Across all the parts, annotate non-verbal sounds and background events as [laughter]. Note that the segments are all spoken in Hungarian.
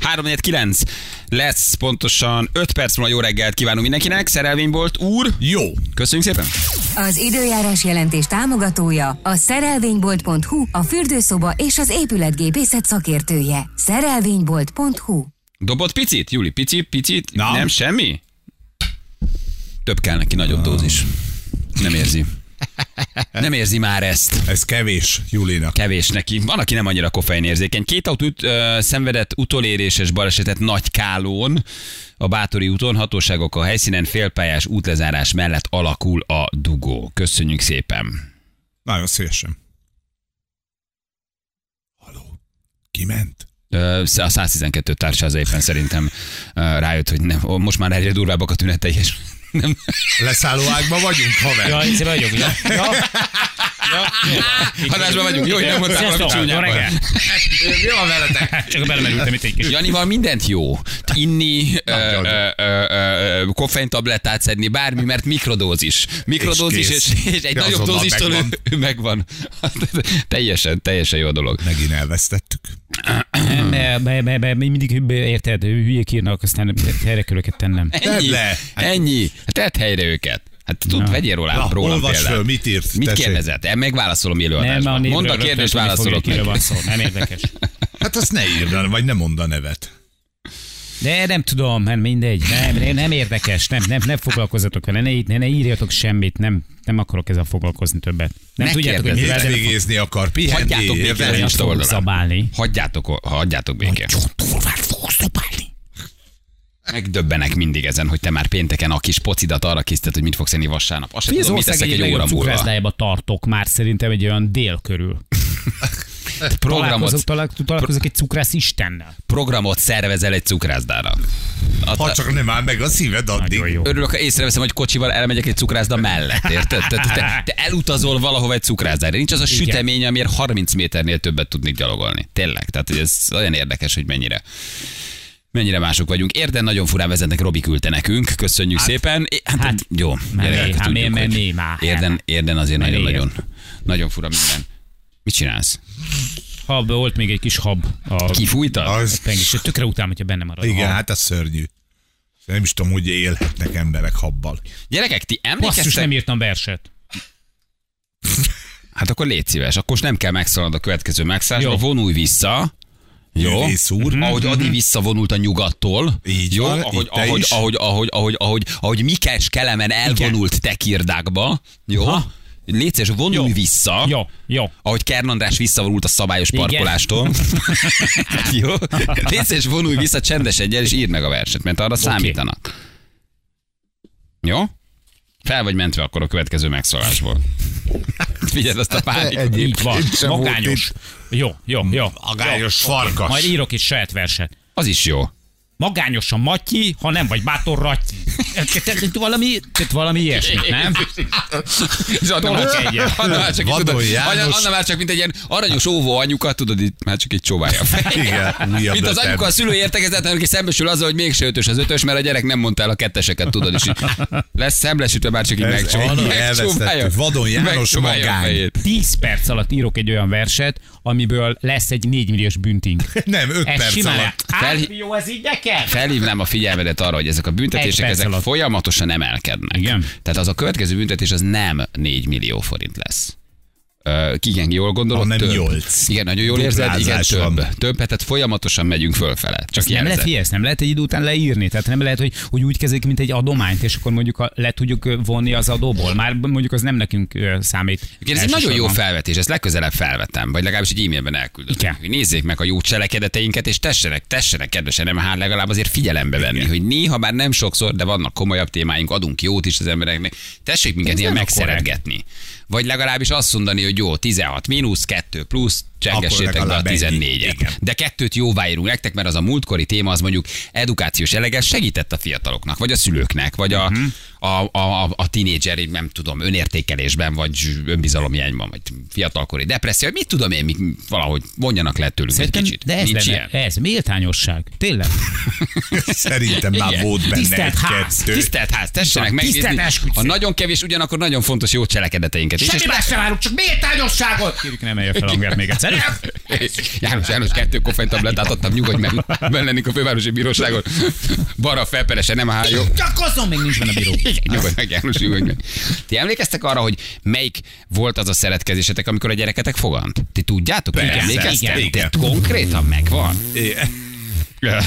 349 lesz pontosan 5 perc múlva jó reggelt kívánunk mindenkinek. Szerelvény volt úr. Jó. Köszönjük szépen. Az időjárás jelentés támogatója a szerelvénybolt.hu, a fürdőszoba és az épületgépészet szakértője. Szerelvénybolt.hu Dobott picit, Júli? Pici, picit? Na. Nem semmi? Több kell neki, nagyobb dózis. Nem érzi. Nem érzi már ezt. Ez kevés Julinak. Kevés neki. Van, aki nem annyira koffeinérzékeny. Két autó üt, ö, szenvedett utoléréses balesetet Nagy Kálón, a Bátori úton. Hatóságok a helyszínen félpályás útlezárás mellett alakul a dugó. Köszönjük szépen. Nagyon szívesen. Haló. Kiment? Ö, A 112 társa az éppen szerintem ö, rájött, hogy nem, ó, most már egyre durvábbak a tünetei, és nem, Leszálló ágban vagyunk, haver. Ja, én vagyok, ja. ja. Adásban vagyunk. Jó, hogy nem mondtál valami Sziasztok, csúnyában. Jó reggelt. Mi van veletek? Csak belemerültem itt egy kis. Janival mindent jó. Inni, ö, Nagyon. ö, ö, ö, koffeintablettát szedni, bármi, mert mikrodózis. Mikrodózis, és, És és, kész. egy De nagyobb azonnal dózistól ő, megvan. ő megvan. [laughs] teljesen, teljesen jó a dolog. Megint elvesztettük. Nem, be, be, be, mindig hübb- érted, hülyék írnak, aztán helyre kell őket tennem. Ennyi, le. ennyi. Hát Tedd helyre őket. Hát tud, vegyél róla, Na, rólam olvasd példát. föl, mit írt? Mit Tessék. kérdezett? El megválaszolom élő Nem, a adásban. névről Mondd a rögtön kérdést, tudni fogja, válaszolok Kiről meg. van szó, nem [laughs] érdekes. Hát azt ne írd, vagy nem mond a nevet. De nem tudom, nem mindegy, nem, nem, nem érdekes, nem, nem, nem foglalkozzatok vele, ne, í- ne, ne írjatok semmit, nem, nem akarok ezzel foglalkozni többet. Nem Ne tudjátok, hogy mivel, kérdezz. de nem Hétvégézni akar, pihenni, Hagyjátok békén, érted? fogok- azt fogok Instagram. zabálni. Hagyjátok, hagyjátok békén. Megdöbbenek mindig ezen, hogy te már pénteken a kis pocidat arra készíted, hogy mit fogsz enni vasárnap. Azt sem Mi az tudom, mit ország teszek egyik egy óra legjobb múlva. cukrászdájába tartok már szerintem egy olyan dél körül. Találkozok, Programot, találkozok, találkozok egy cukrász istennel. programot szervezel egy cukrászdára. A- Ha csak nem áll meg a szíved Nagyon addig. jó. Örülök, ha észreveszem, hogy kocsival elmegyek egy cukrászda mellett, érted? Te, te, te elutazol valahova egy cukrászdára. Nincs az a Igen. sütemény, amiért 30 méternél többet tudnék gyalogolni. Tényleg, tehát hogy ez olyan érdekes, hogy mennyire mennyire mások vagyunk. Érden nagyon furán vezetnek, Robi küldte nekünk, köszönjük hát, szépen. É, Hát, hát hát, jó, menné, gyerekek, hát tudjuk, mi- hogy menné már. Érden, érden azért Menné. nagyon-nagyon nagyon fura minden. Mit csinálsz? Hab, volt még egy kis hab a Kifújtad? Az, pengés, tökre utálom, hogyha benne marad. a igen, hab. hát az szörnyű. Nem is tudom, hogy élhetnek emberek habbal. Gyerekek, ti Basszus, emlékeztek? nem írtam verset. Hát akkor légy szíves, akkor most nem kell megszólnod a következő megszállásra, Jó. vonulj vissza. Jó. Művész úr. Mhm. Ahogy Adi visszavonult a nyugattól. Így jó, van, ahogy, így te ahogy, is. ahogy, ahogy, ahogy, ahogy, ahogy Mikes Kelemen elvonult tekirdákba. Jó. Aha. Légy szíves, vonulj Jó. vissza. Jó, jó. Ahogy Kern András visszavonult a szabályos Igen. parkolástól. jó. Légy szíves, vonulj vissza, csendesedj el, és írd meg a verset, mert arra számítanak. Jó? Fel vagy mentve akkor a következő megszólásból. [laughs] Figyeld azt a pánikot. Így van. sem volt Magányos. Jó, jó, jó. Agályos Jó. farkas. Majd írok is saját verset. Az is jó. Magányos a matyi, ha nem vagy bátor ratyi. Tehát- tehát Valami, tehát valami ilyesmit, nem? És Anna már Tolok csak, egyet. Anna már csak, Vadon tudod, Anna, János. Anna már csak mint egy ilyen aranyos óvó anyuka, tudod, így már csak egy csóválja a fejét. Igen, újabb Mint az ötem. anyuka a szülő értekezeten, aki szembesül azzal, hogy mégse ötös az ötös, mert a gyerek nem mondta el a ketteseket, tudod, és így lesz szembesítve, már csak így Ez megcsóválja. ennyi, elvesztettük. Vadon János megcsóválja a magány. fejét. 10 perc alatt írok egy olyan verset, amiből lesz egy 4 milliós [laughs] büntink. Nem, öt Ez perc simán alatt. le- Fel- Á, jó, ez így nekem? Felhívnám a figyelmedet arra, hogy ezek a Egy büntetések perc ezek alatt. folyamatosan emelkednek. Igen. Tehát az a következő büntetés az nem 4 millió forint lesz. Ö, igen, jól gondolod, Hanem több. Ah, nyolc. Igen, nagyon jól érzed, igen, Duplázás több. van. Több, hát, tehát folyamatosan megyünk fölfele. Csak Ezt nem lehet, jelzem. figyelj, ezt nem lehet egy idő után leírni. Tehát nem lehet, hogy, hogy úgy kezelik, mint egy adományt, és akkor mondjuk a, le tudjuk ö, vonni az adóból. Már mondjuk az nem nekünk ö, számít. Igen, ez egy nagyon jó elsősorban. felvetés, ezt legközelebb felvetem, vagy legalábbis egy e-mailben elküldöm. Igen. Hogy Nézzék meg a jó cselekedeteinket, és tessenek, tessenek, kedvesen nem hát legalább azért figyelembe venni, hogy néha már nem sokszor, de vannak komolyabb témáink, adunk jót is az embereknek. Tessék minket Ez ilyen nem a korrekt. megszeretgetni. Vagy legalábbis azt mondani, hogy jó, 16 mínusz, 2 plusz, csengessétek Akkor be a legalább ennyi. 14-et. Igen. De kettőt jóváírunk nektek, mert az a múltkori téma az mondjuk edukációs eleges segített a fiataloknak, vagy a szülőknek, vagy a, Mhm. a, a, a, a tínédzser, nem tudom, önértékelésben, vagy önbizalomhiányban, vagy fiatalkori depresszió, vagy mit tudom én, mit, valahogy vonjanak le tőlünk egy Szerintem- kicsit. De ez, Nincs lenne, ilyen. ez méltányosság. Tényleg. [laughs] Szerintem már Igen. volt benne Tisztelt ház, egy-kettő. Tisztelt ház, tessenek Így van, megnézni tisztelt esküdtség. a nagyon kevés, ugyanakkor nagyon fontos jó cselekedeteinket is. És más nem várunk, csak méltányosságot! Kérjük, nem eljön fel hangját még egyszer. [laughs] János, János, kettő koffein tablettát adtam, nyugodj meg, menlenik a fővárosi bíróságon. Balra felperese, nem hájó. Csak azon még nincs benne bíró. Igen, Nyugodj meg, János, nyugodj meg. Ti emlékeztek arra, hogy melyik volt az a szeretkezésetek, amikor a gyereketek fogant? Ti tudjátok? Persze, emlékeztek? igen. Tehát konkrétan megvan. [laughs]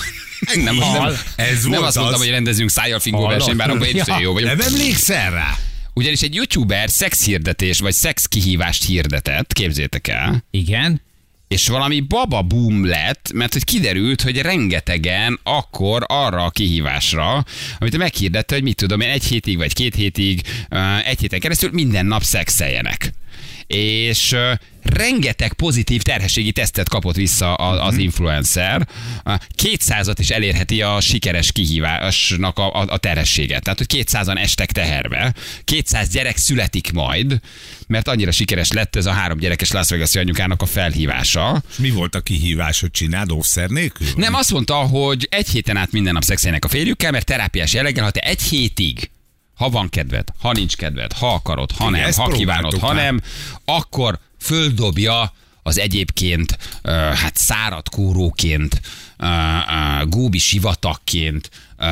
Nem, nem, Hal. Ez nem volt azt mondtam, az. hogy rendezünk szájjal fingó Hallod? versenyt, bár abban én is Ja. olyan jó vagyok. Nem emlékszel rá? Ugyanis egy youtuber szexhirdetés vagy szexkihívást hirdetett, képzétek el, Igen. és valami baba boom lett, mert hogy kiderült, hogy rengetegen akkor arra a kihívásra, amit ő meghirdette, hogy mit tudom én, egy hétig vagy két hétig, ö, egy héten keresztül minden nap szexeljenek. És ö, rengeteg pozitív terhességi tesztet kapott vissza a- az influencer. Ö, 200-at is elérheti a sikeres kihívásnak a, a, a terhességet. Tehát, hogy 200-an estek teherbe, 200 gyerek születik majd, mert annyira sikeres lett ez a három gyerekes Las Vegas anyukának a felhívása. És mi volt a kihívás, hogy csináld óvszer nélkül? Nem, azt mondta, hogy egy héten át minden nap szexelnek a férjükkel, mert terápiás jelleggel, ha te egy hétig ha van kedved, ha nincs kedved, ha akarod, ha nem, ezt ha kívánod, próbáltuk ha már. nem, akkor földobja az egyébként ö, hát szárad kóróként, ö, ö, góbi sivatagként, ö,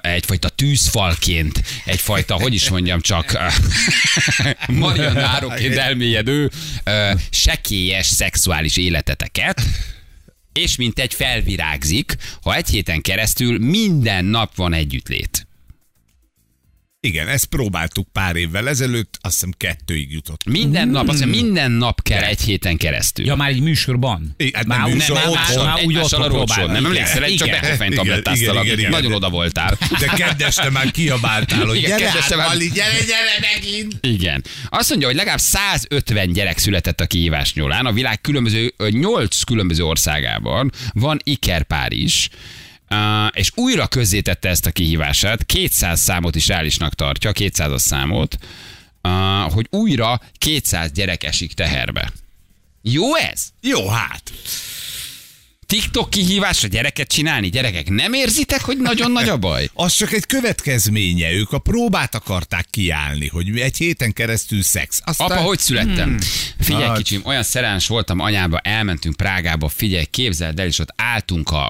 egyfajta tűzfalként, egyfajta, hogy is mondjam csak, ö, [laughs] marionároként elmélyedő, ö, sekélyes szexuális életeteket, és mint egy felvirágzik, ha egy héten keresztül minden nap van együttlét. Igen, ezt próbáltuk pár évvel ezelőtt, azt hiszem kettőig jutott. Minden nap, azt Hmm. hiszem, minden nap kell egy héten keresztül. Ja, már egy műsorban. I- hát nem úgy- műsor, már- már- otthon. már úgy ott Egymással a rócsod, próbálnak. nem emlékszel, egy Igen. csak bekofein Igen, tablettáztalak, igen, igen, nagyon igen. oda voltál. De kedveste már kiabáltál, hogy Igen, gyere kedveste át, már- Mali, gyere, gyere megint! Igen. Azt mondja, hogy legalább 150 gyerek született a kihívás nyolán. A világ különböző, 8 különböző országában van ikerpár is. Uh, és újra közzétette ezt a kihívását, 200 számot is reálisnak tartja, 200 számot, uh, hogy újra 200 gyerek esik teherbe. Jó ez? Jó, hát. TikTok kihívásra gyereket csinálni? Gyerekek, nem érzitek, hogy nagyon nagy a baj? Az csak egy következménye, ők a próbát akarták kiállni, hogy egy héten keresztül szex. Aztán... Apa, hogy születtem? Hmm. Figyelj, Nagy. kicsim, olyan szerelmes voltam anyába, elmentünk Prágába, figyelj, képzeld el, és ott álltunk a,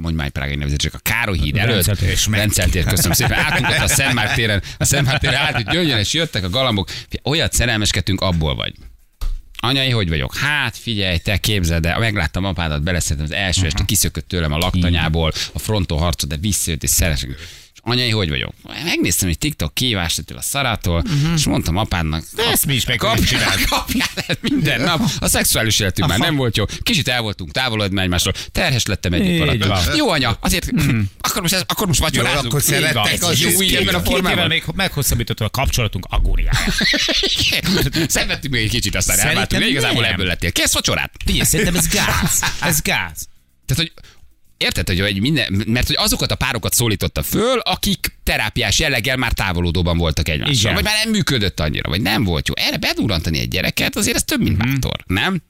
mondj már egy prágai nevezetések, a Károly híd előtt. Rendszeltér. És Rendszeltér, köszönöm szépen. Álltunk ott a Szent Márk téren, a Szent Márk téren álltunk, gyöngyön, és jöttek a galambok. Figyelj, olyat szerelmeskedtünk, abból vagy. Anyai, hogy vagyok? Hát figyelj, te képzeld el, megláttam apádat, beleszerettem az első este, kiszökött tőlem a laktanyából, a fronton harcot, de visszajött és szeresek. És anyai, hogy vagyok? Megnéztem egy TikTok kívást ettől a szarától, és mondtam apádnak, Ezt mi is meg Kap, tudjuk csinálni. [laughs] kapjál el minden nap. A szexuális életünk már nem volt jó. Kicsit el voltunk távolodni egymástól. Terhes lettem egy Így valattól. van. Jó anya, azért akkor most, ez, akkor most vacsorázunk. Jó, akkor Így van. szerettek, Ez az jó is így így ebben a van. Két évvel formában. még meghosszabbította a kapcsolatunk agóriáját. [laughs] Szenvedtünk még egy kicsit, aztán Szerintem elváltunk. De igazából nem. ebből lettél. Kész vacsorát. Figyelj, szerintem ez gáz. Ez gáz. Tehát, hogy Érted, hogy egy minden, mert hogy azokat a párokat szólította föl, akik terápiás jelleggel már távolodóban voltak egymással. Igen. Vagy már nem működött annyira, vagy nem volt jó. Erre bedurrantani egy gyereket, azért ez több, mint Mhm. bátor, nem?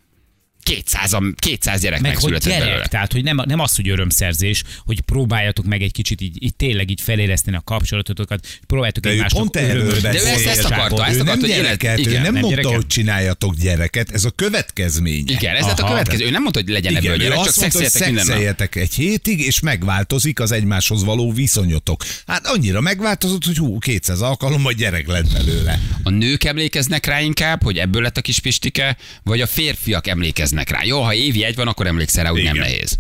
200, 200 gyerek Meg hogy megszületett gyerek, belőle. tehát hogy nem, nem az, hogy örömszerzés, hogy próbáljatok meg egy kicsit így, így tényleg így feléleszteni a kapcsolatotokat, próbáljatok De ő egymásnak pont erről örömöt- ő beszél. ezt- ezt akarta, ezt ő nem akarta, hogy gyereket, élet- ő igen, nem, nem mondta, gyereket. hogy csináljatok gyereket, ez a következmény. Igen, ez lett a következő. Ő nem mondta, hogy legyen Igen, ebből ő gyerek, csak azt mondta, hogy szexeljetek minden nap. szexeljetek egy hétig, és megváltozik az egymáshoz való viszonyotok. Hát annyira megváltozott, hogy hú, 200 alkalommal gyerek lett belőle. A nők emlékeznek rá inkább, hogy ebből lett a kis pistike, vagy a férfiak emlékeznek rá. Jó, ha évi egy van, akkor emlékszel rá, hogy nem Igen. nehéz.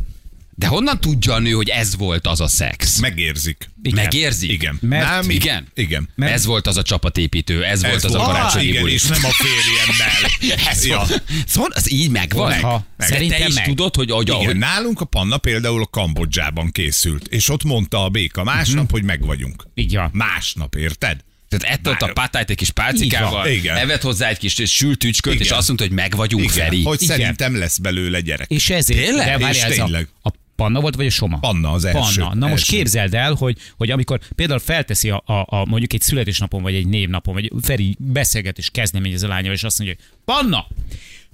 De honnan tudja a nő, hogy ez volt az a szex? Megérzik. Igen. Megérzi? Igen. Mert- Nám, Igen. Igen. Ah, Mert... Ez volt az a csapatépítő, ez, ez volt az a karácsonyi igen, buli. és nem a férjemmel. [laughs] Ez ja. Szóval az így megvan? Meg, Meg. meg. Szerintem te Szerintem is meg. tudod, hogy, hogy, Igen, hogy nálunk a panna például a Kambodzsában készült, és ott mondta a béka másnap, Mhm. hogy meg vagyunk. Így van. Másnap, érted? tehát ettől a Már- pátájt egy kis pálcikával, Így van, igen. evett hozzá egy kis sült ücsköt, Igen. és azt mondta, hogy meg vagyunk, Feri. Hogy Igen. szerintem lesz belőle gyerek. És ezért, Tényleg? de várjál, És ez a, tényleg. a panna volt, vagy a soma? Panna az első. Panna. Na most Első. képzeld el, hogy, hogy amikor például felteszi a, a, a, mondjuk egy születésnapon, vagy egy névnapon, vagy Feri beszélget és kezdeményez a lánya, és azt mondja, hogy Panna,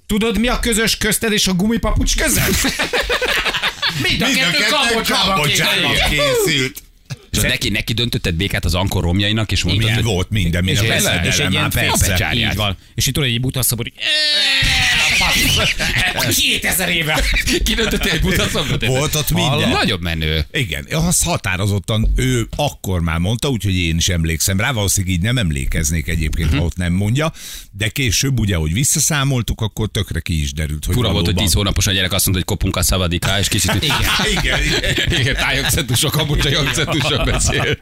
tudod mi a közös közted és a gumipapucs között? [laughs] Mind a Mind kettő kambocsában Kambodzsában készült. készült. És az neki, neki döntötted békát az ankor romjainak, és mondtad, [laughs] Minden hogy volt, minden, hát minden. És, És, persze, és egy ilyen már fél persze. így Így van. És itt tudod, egy buta szobor, hogy 2000 éve. Kinőtött egy butaszomra. Volt ott minden. Nagyobb menő. Igen, azt határozottan ő akkor már mondta, úgyhogy én is emlékszem rá, valószínűleg így nem emlékeznék egyébként, Mhm. ha ott nem mondja, de később ugye, hogy visszaszámoltuk, akkor tökre ki is derült, hogy Fura volt, hogy 10 valóban- hónapos a gyerek azt mondta, hogy kopunk a szabadiká, és kicsit Igen, igen. [laughs] Igen, tájogcentusok, amúgy a jogcentusok beszélt.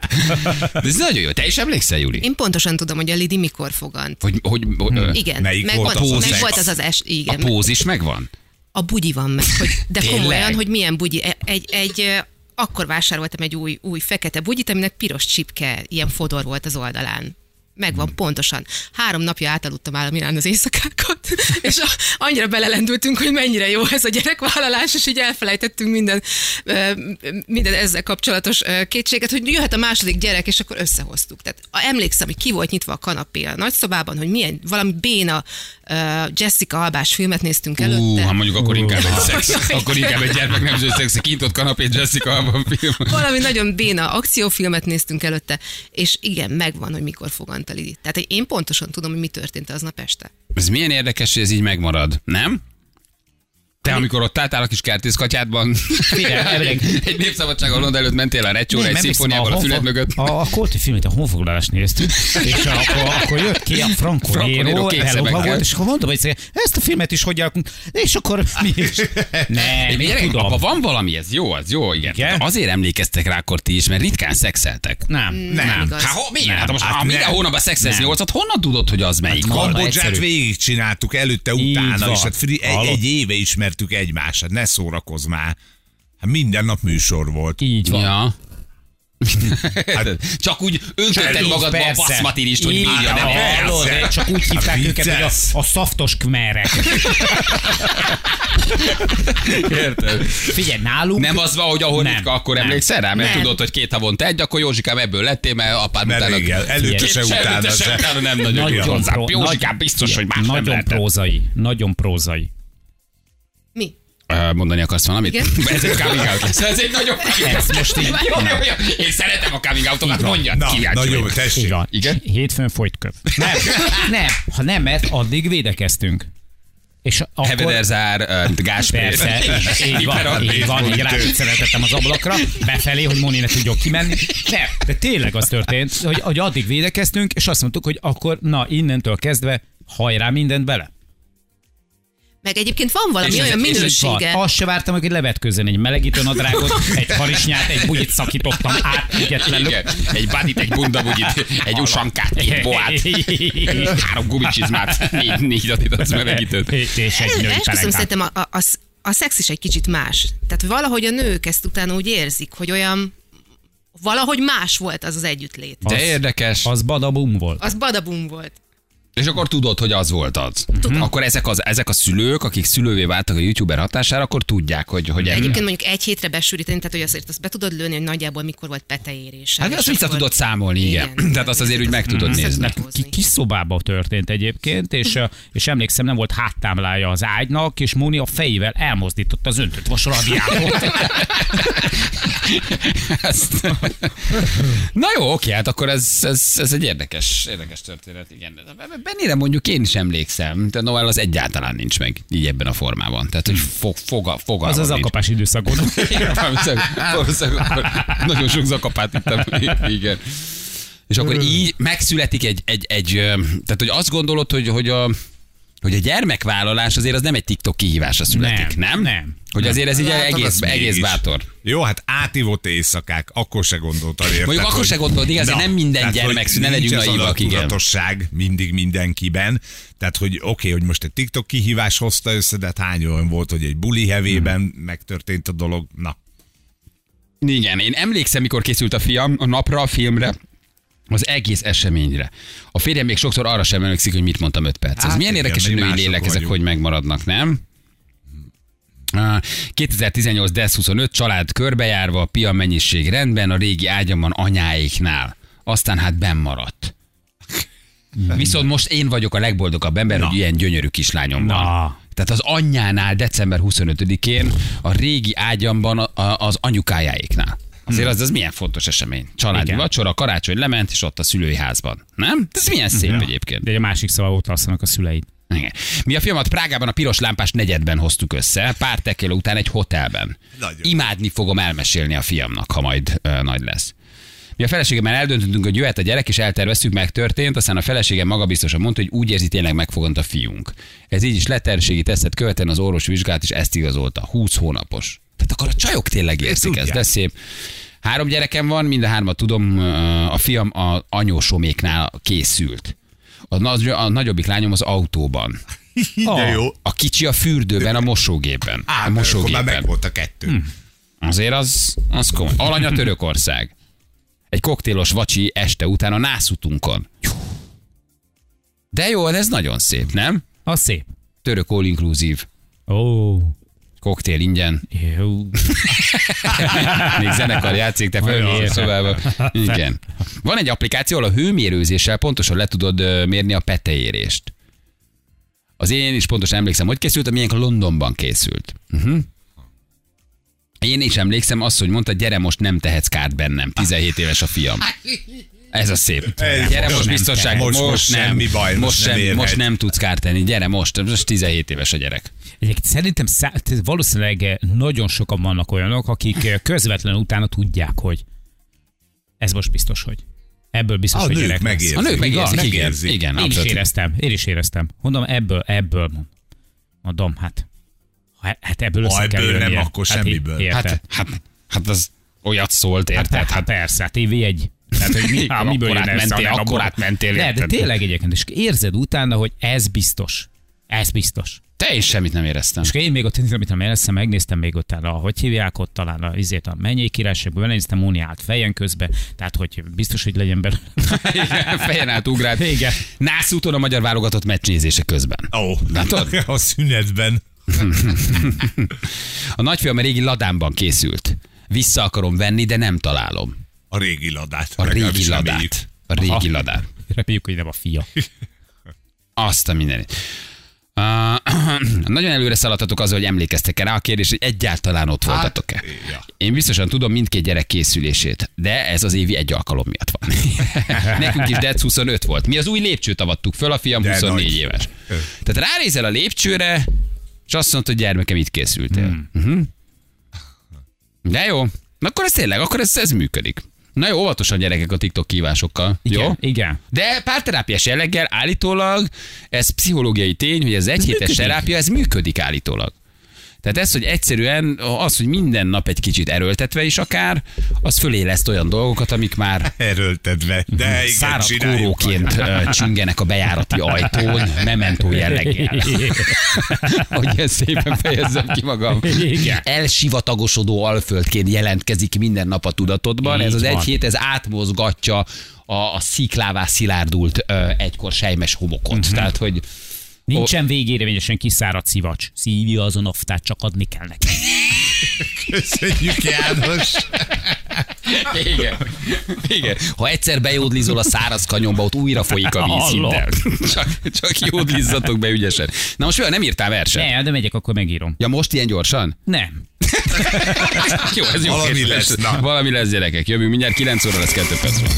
De ez nagyon jó. Te is emlékszel, Juli? Én pontosan tudom, hogy a Lidi mikor fogant. Hogy, hogy, hogy ö, Igen, Melyik meg, volt az volt, az meg ex? volt az az es, a igen. póz is megvan? A bugyi van meg, hogy, [laughs] de Tényleg? komolyan, hogy milyen bugyi. E- Egy, egy, ö, akkor vásároltam egy új, új fekete bugyit, aminek piros csipke, ilyen fodor volt az oldalán. Megvan pontosan. Három napja átaludtam államirán az éjszakákat, [laughs] és a, annyira belelendültünk, hogy mennyire jó ez a gyerekvállalás, és így elfelejtettünk minden, ö, minden ezzel kapcsolatos ö, kétséget, hogy jöhet a második gyerek, és akkor összehoztuk. Tehát a- emlékszem, hogy ki volt nyitva a kanapé a nagyszobában, hogy milyen valami béna ö, Jessica Albás filmet néztünk előtte. Ú, ha mondjuk akkor inkább egy szex. Jaj. Akkor inkább egy gyermek nem szex, kintott kanapé Jessica Alban film. valami nagyon béna akciófilmet néztünk előtte, és igen, megvan, hogy mikor fogant el Lidi. Tehát hogy én pontosan tudom, hogy mi történt aznap este. Ez milyen érdekes, hogy ez így megmarad, nem? Te, amikor ott álltál a kis kertészkatyádban, [laughs] egy, egy népszabadságon oda előtt mentél a recsóra, egy szimfóniával a füled mögött. A, a Kolti filmet a honfoglalást néztük, és akkor, akkor jött ki a Franco Franco Nero Nero, két elolva szemekkel. volt, és akkor mondom, hogy ezt a filmet is hogy alkunk, és akkor mi [laughs] is. Nem, Egy én gyerek, tudom. abban van valami, ez jó, az jó, igen. Igen? De Azért emlékeztek rá akkor ti is, mert ritkán szexeltek. Nem, Nem nem. igaz. Há, ho, miért? Nem. Hát most, ha Hát minden nem. hónapban szexelsz Nem. nyolcat, honnan tudod, hogy az melyik? Hát, Kambodzsát végigcsináltuk előtte, Így utána, van. és hát fri, egy, Hallod? egy éve ismertük egymást, hát ne szórakozz már. Hát minden nap műsor volt. Így van. Ja. Hát, csak úgy öntötted Így, magadba a Persze. baszmatirist, hogy Így bírja, van, nem hallod, persze. Csak úgy hívták Hát őket, hogy vicces. a, a szaftos kmerek. Érted? Figyelj, nálunk... Nem az van, hogy ahol Nem. ritka, akkor Nem. emlékszel rá, mert Nem. tudod, hogy két havonta egy, akkor Józsikám ebből lettél, mert apád Mert utána... igen, előtte se, Két- utána se. se. utána nem nagyon jött hozzá. pró- Józsikám nagy- biztos, hogy más nem Nagyon lehetett. prózai, nagyon prózai. Mi? Ö, Mondani akarsz valamit? Igen. [laughs] Ez egy coming out lesz. Ez egy nagyobb coming out. most így. Jó, jó, jó. Én szeretem a coming out-okat, mondjad. Na, kíváncsi nagyon vagyok. Így tessék. van. Igen? Hétfőn folyt köp. Nem, [laughs] nem. Ha nem, mert addig védekeztünk. És akkor... Hevederzár, ö, Gáspér. [laughs] Persze, így van, így van, így rácsöpszenetettem az ablakra, befelé, hogy Moni ne tudjon kimenni. Nem, de tényleg az történt, hogy, hogy addig védekeztünk, és azt mondtuk, hogy akkor na, innentől kezdve hajrá mindent bele. Meg egyébként van valami És és ez- olyan és ez minősége. Van. Azt se vártam, meg, hogy levetkőzzen egy melegítő nadrágot, egy harisnyát, egy bugyit szakítottam át ügyetlenül. Igen. Egy badit, egy bundabugyit, egy usankát, két [laughs] boát, három gumicsizmát, négy, négy adidac melegítőt. És egy női Esküszöm, pelenkát. szerintem a, a, a, sz- a szex is egy kicsit más. Tehát valahogy a nők ezt utána úgy érzik, hogy olyan valahogy más volt az az együttlét. De Az- érdekes. Az badabum volt. Az badabum volt. És akkor tudod, hogy az volt az. Tudom. Akkor ezek, az, ezek a szülők, akik szülővé váltak a youtuber hatására, akkor tudják, hogy, hogy ennyi. Egyébként mondjuk egy hétre besűríteni, tehát hogy azért azt be tudod lőni, hogy nagyjából mikor volt peteérés. Hát azt vissza tudod számolni, igen. Tehát azt azért úgy meg tudod nézni. Ki, kis szobába történt egyébként, és, ö, és emlékszem, nem volt háttámlája az ágynak, és Móni a fejével elmozdította az öntött vas radiátot. Ezt. Na jó, oké, hát akkor ez, ez, ez egy érdekes, érdekes történet, igen. Bennére mondjuk én is emlékszem, de Noel az egyáltalán nincs meg így ebben a formában. Tehát, hogy fog, foga, fogalmam Az az nincs. akapás időszakon. [laughs] Igen, valószínűleg- valószínűleg Nagyon sok zakapát ittem. Igen. És akkor így megszületik egy, egy, egy ö, tehát hogy azt gondolod, hogy, hogy a hogy a gyermekvállalás azért az nem egy TikTok kihívásra születik, nem? Nem, nem. Hogy azért ez így Látod, egész, Hát, az egész mégis. bátor. Jó, hát átívott éjszakák, akkor se gondoltad érted. Mondjuk akkor hogy- se gondolod, igaz, hogy nem minden tehát, gyermek hogy szül- ne legyünk nincs ez a naívak, igen. tudatosság mindig mindenkiben. Tehát, hogy oké, hogy most egy TikTok kihívás hozta össze, de hát hány olyan volt, hogy egy buli hevében Hmm. megtörtént a dolog. Na, Igen, én emlékszem, mikor készült a fiam a napra, a filmre, az egész eseményre. A férjem még sokszor arra sem emlékszik, hogy mit mondtam 5 perc. Ez Hát milyen igen, érdekes, hogy mi női mások lélek ezek vagyunk. hogy megmaradnak, nem? Ah, 2018 DESZ 25 család körbejárva, a pia mennyiség rendben, a régi ágyamban anyáiknál. Aztán hát benn maradt. Viszont most én vagyok a legboldogabb ember, hogy ilyen gyönyörű kislányom van. Na. Tehát az anyjánál december 25-én a régi ágyamban a- a- az anyukájáiknál. Azért az, az milyen fontos esemény. Családi Igen. vacsora, karácsony lement, és ott a szülői házban. Nem? Ez milyen szép egyébként. De egy másik szava ott alszanak a szüleid. Igen. Mi a filmat Prágában a piros lámpás negyedben hoztuk össze, pár tekél után egy hotelben. Nagyon. Imádni fogom elmesélni a fiamnak, ha majd ö, nagy lesz. Mi a feleségemmel eldöntöttünk, hogy jöhet a gyerek, és elterveztük, meg történt, aztán a feleségem magabiztosan mondta, hogy úgy érzi, tényleg megfogant a fiunk. Ez így is leterségi tesztet követően az orvos vizsgát is ezt igazolta. 20 hónapos. Tehát akkor a csajok tényleg érzik ezt, de szép. Három gyerekem van, mind a hármat tudom, ö, a fiam a anyósoméknál készült. A, nagy, a nagyobbik lányom az autóban. Ah, De jó. A kicsi a fürdőben, a mosógépben. Á, a akkor már meg mosógépben. volt a kettő. Hm. Hmm. Azért az, az komoly. Alanya Törökország. Egy koktélos vacsi este után a nászutunkon. De jó, ez nagyon szép, nem? Az szép. Török all inclusive. Ó, Koktél ingyen. jó. Még zenekar játszik, te Olyan. föl a szobába. Igen. Van egy applikáció, ahol a hőmérőzéssel pontosan le tudod ö, mérni a peteérést. Az én is pontosan emlékszem, hogy készült, amilyen Londonban készült. Uh-huh. Én is emlékszem azt, hogy mondta, gyere most nem tehetsz kárt bennem, 17 éves a fiam. Ez a szép. Ez gyere most most nem biztonság, kell. most, Most- most, most nem, semmi baj, most most, nem sem, érhet. most nem tudsz kárt tenni, gyere most, most 17 éves a gyerek. Egyébként szerintem szá- tehát valószínűleg eh, nagyon sokan vannak olyanok, akik eh, közvetlenül utána tudják, hogy ez most biztos, hogy. Ebből biztos, A hogy nők gyerek lesz. megérzik. A nők Igaz, megérzik, igen, megérzik. igen, Én is abszolút. éreztem, én is éreztem. Mondom, ebből, ebből, mondom, hát, ha- hát ebből Ha össze kell ebből nem, jönnie. akkor hát, semmiből. Érte? Hát, Hát, hát, hát az olyat szólt, érted? hát, hát, persze, hát TV1. Tehát, hogy [laughs] mi, hát, miből jön Akkorát ez, mentél, hanem abból- akkorát mentél, De, de érted? tényleg egyébként, és érzed utána, hogy ez biztos. Ez biztos. Te is semmit nem éreztem. És én még ott, amit nem elszem, megnéztem még ott, a, hogy hívják ott talán a izét a mennyék királyságban, megnéztem Móni állt fejen közben, tehát hogy biztos, hogy legyen belőle. [laughs] Igen, Fejen át ugrált. Igen. Nász úton a magyar válogatott meccsnézése közben. Ó, Látod? [laughs] a szünetben. A nagyfiam a régi ladámban készült. Vissza akarom venni, de nem találom. A régi ladát. A Legalábbis régi reméljük. ladát. A régi Aha. ladát. Reméljük, hogy nem a fia. Azt a mindenit. Uh, [clears throat] nagyon előre szaladtatok azzal, hogy emlékeztek rá a kérdés, hogy egyáltalán ott voltatok-e. Hát, ja. Én biztosan tudom mindkét gyerek készülését, de ez az évi egy alkalom miatt van. [laughs] Nekünk is Dec 25 volt. Mi az új lépcsőt avattuk föl, a fiam De 24 nagy. éves. Tehát ránézel a lépcsőre, és azt mondta, hogy gyermekem, itt készültél. Hmm. Mhm. De jó. Na akkor ez tényleg, akkor ez, ez működik. Na jó, óvatosan gyerekek a TikTok kívásokkal. Igen, jó? igen. De párterápiás jelleggel állítólag ez pszichológiai tény, hogy az egyhétes működik. terápia, ez működik állítólag. Tehát ez, hogy egyszerűen az, hogy minden nap egy kicsit erőltetve is akár, az föléleszt olyan dolgokat, amik már Erőltetve. De igen, Hmm. száraz csináljuk. kóróként ö, csingenek a bejárati ajtón, mementó [laughs] jelleggel. [laughs] hogy ezt szépen fejezzem ki magam. Igen. Elsivatagosodó alföldként jelentkezik minden nap a tudatodban. Így ez az van. egy hét, ez átmozgatja a, a sziklává szilárdult ö, egykor sejmes homokot. Tehát, hogy Nincsen végérvényesen kiszáradt szivacs. Szívja azon aftát, csak adni kell neki. [laughs] Köszönjük, János. Igen. Igen. Ha egyszer bejódlizol a száraz kanyomba, ott újra folyik a víz Hallom. szinten. Csak, csak jódlizzatok be ügyesen. Na most mivel nem írtál verset? Ne, de megyek, akkor megírom. Ja, most ilyen gyorsan? Nem. Jó, ez jó Valami kérdés. lesz, na. Valami lesz, gyerekek. Jövünk mindjárt 9 óra lesz 2 perc van.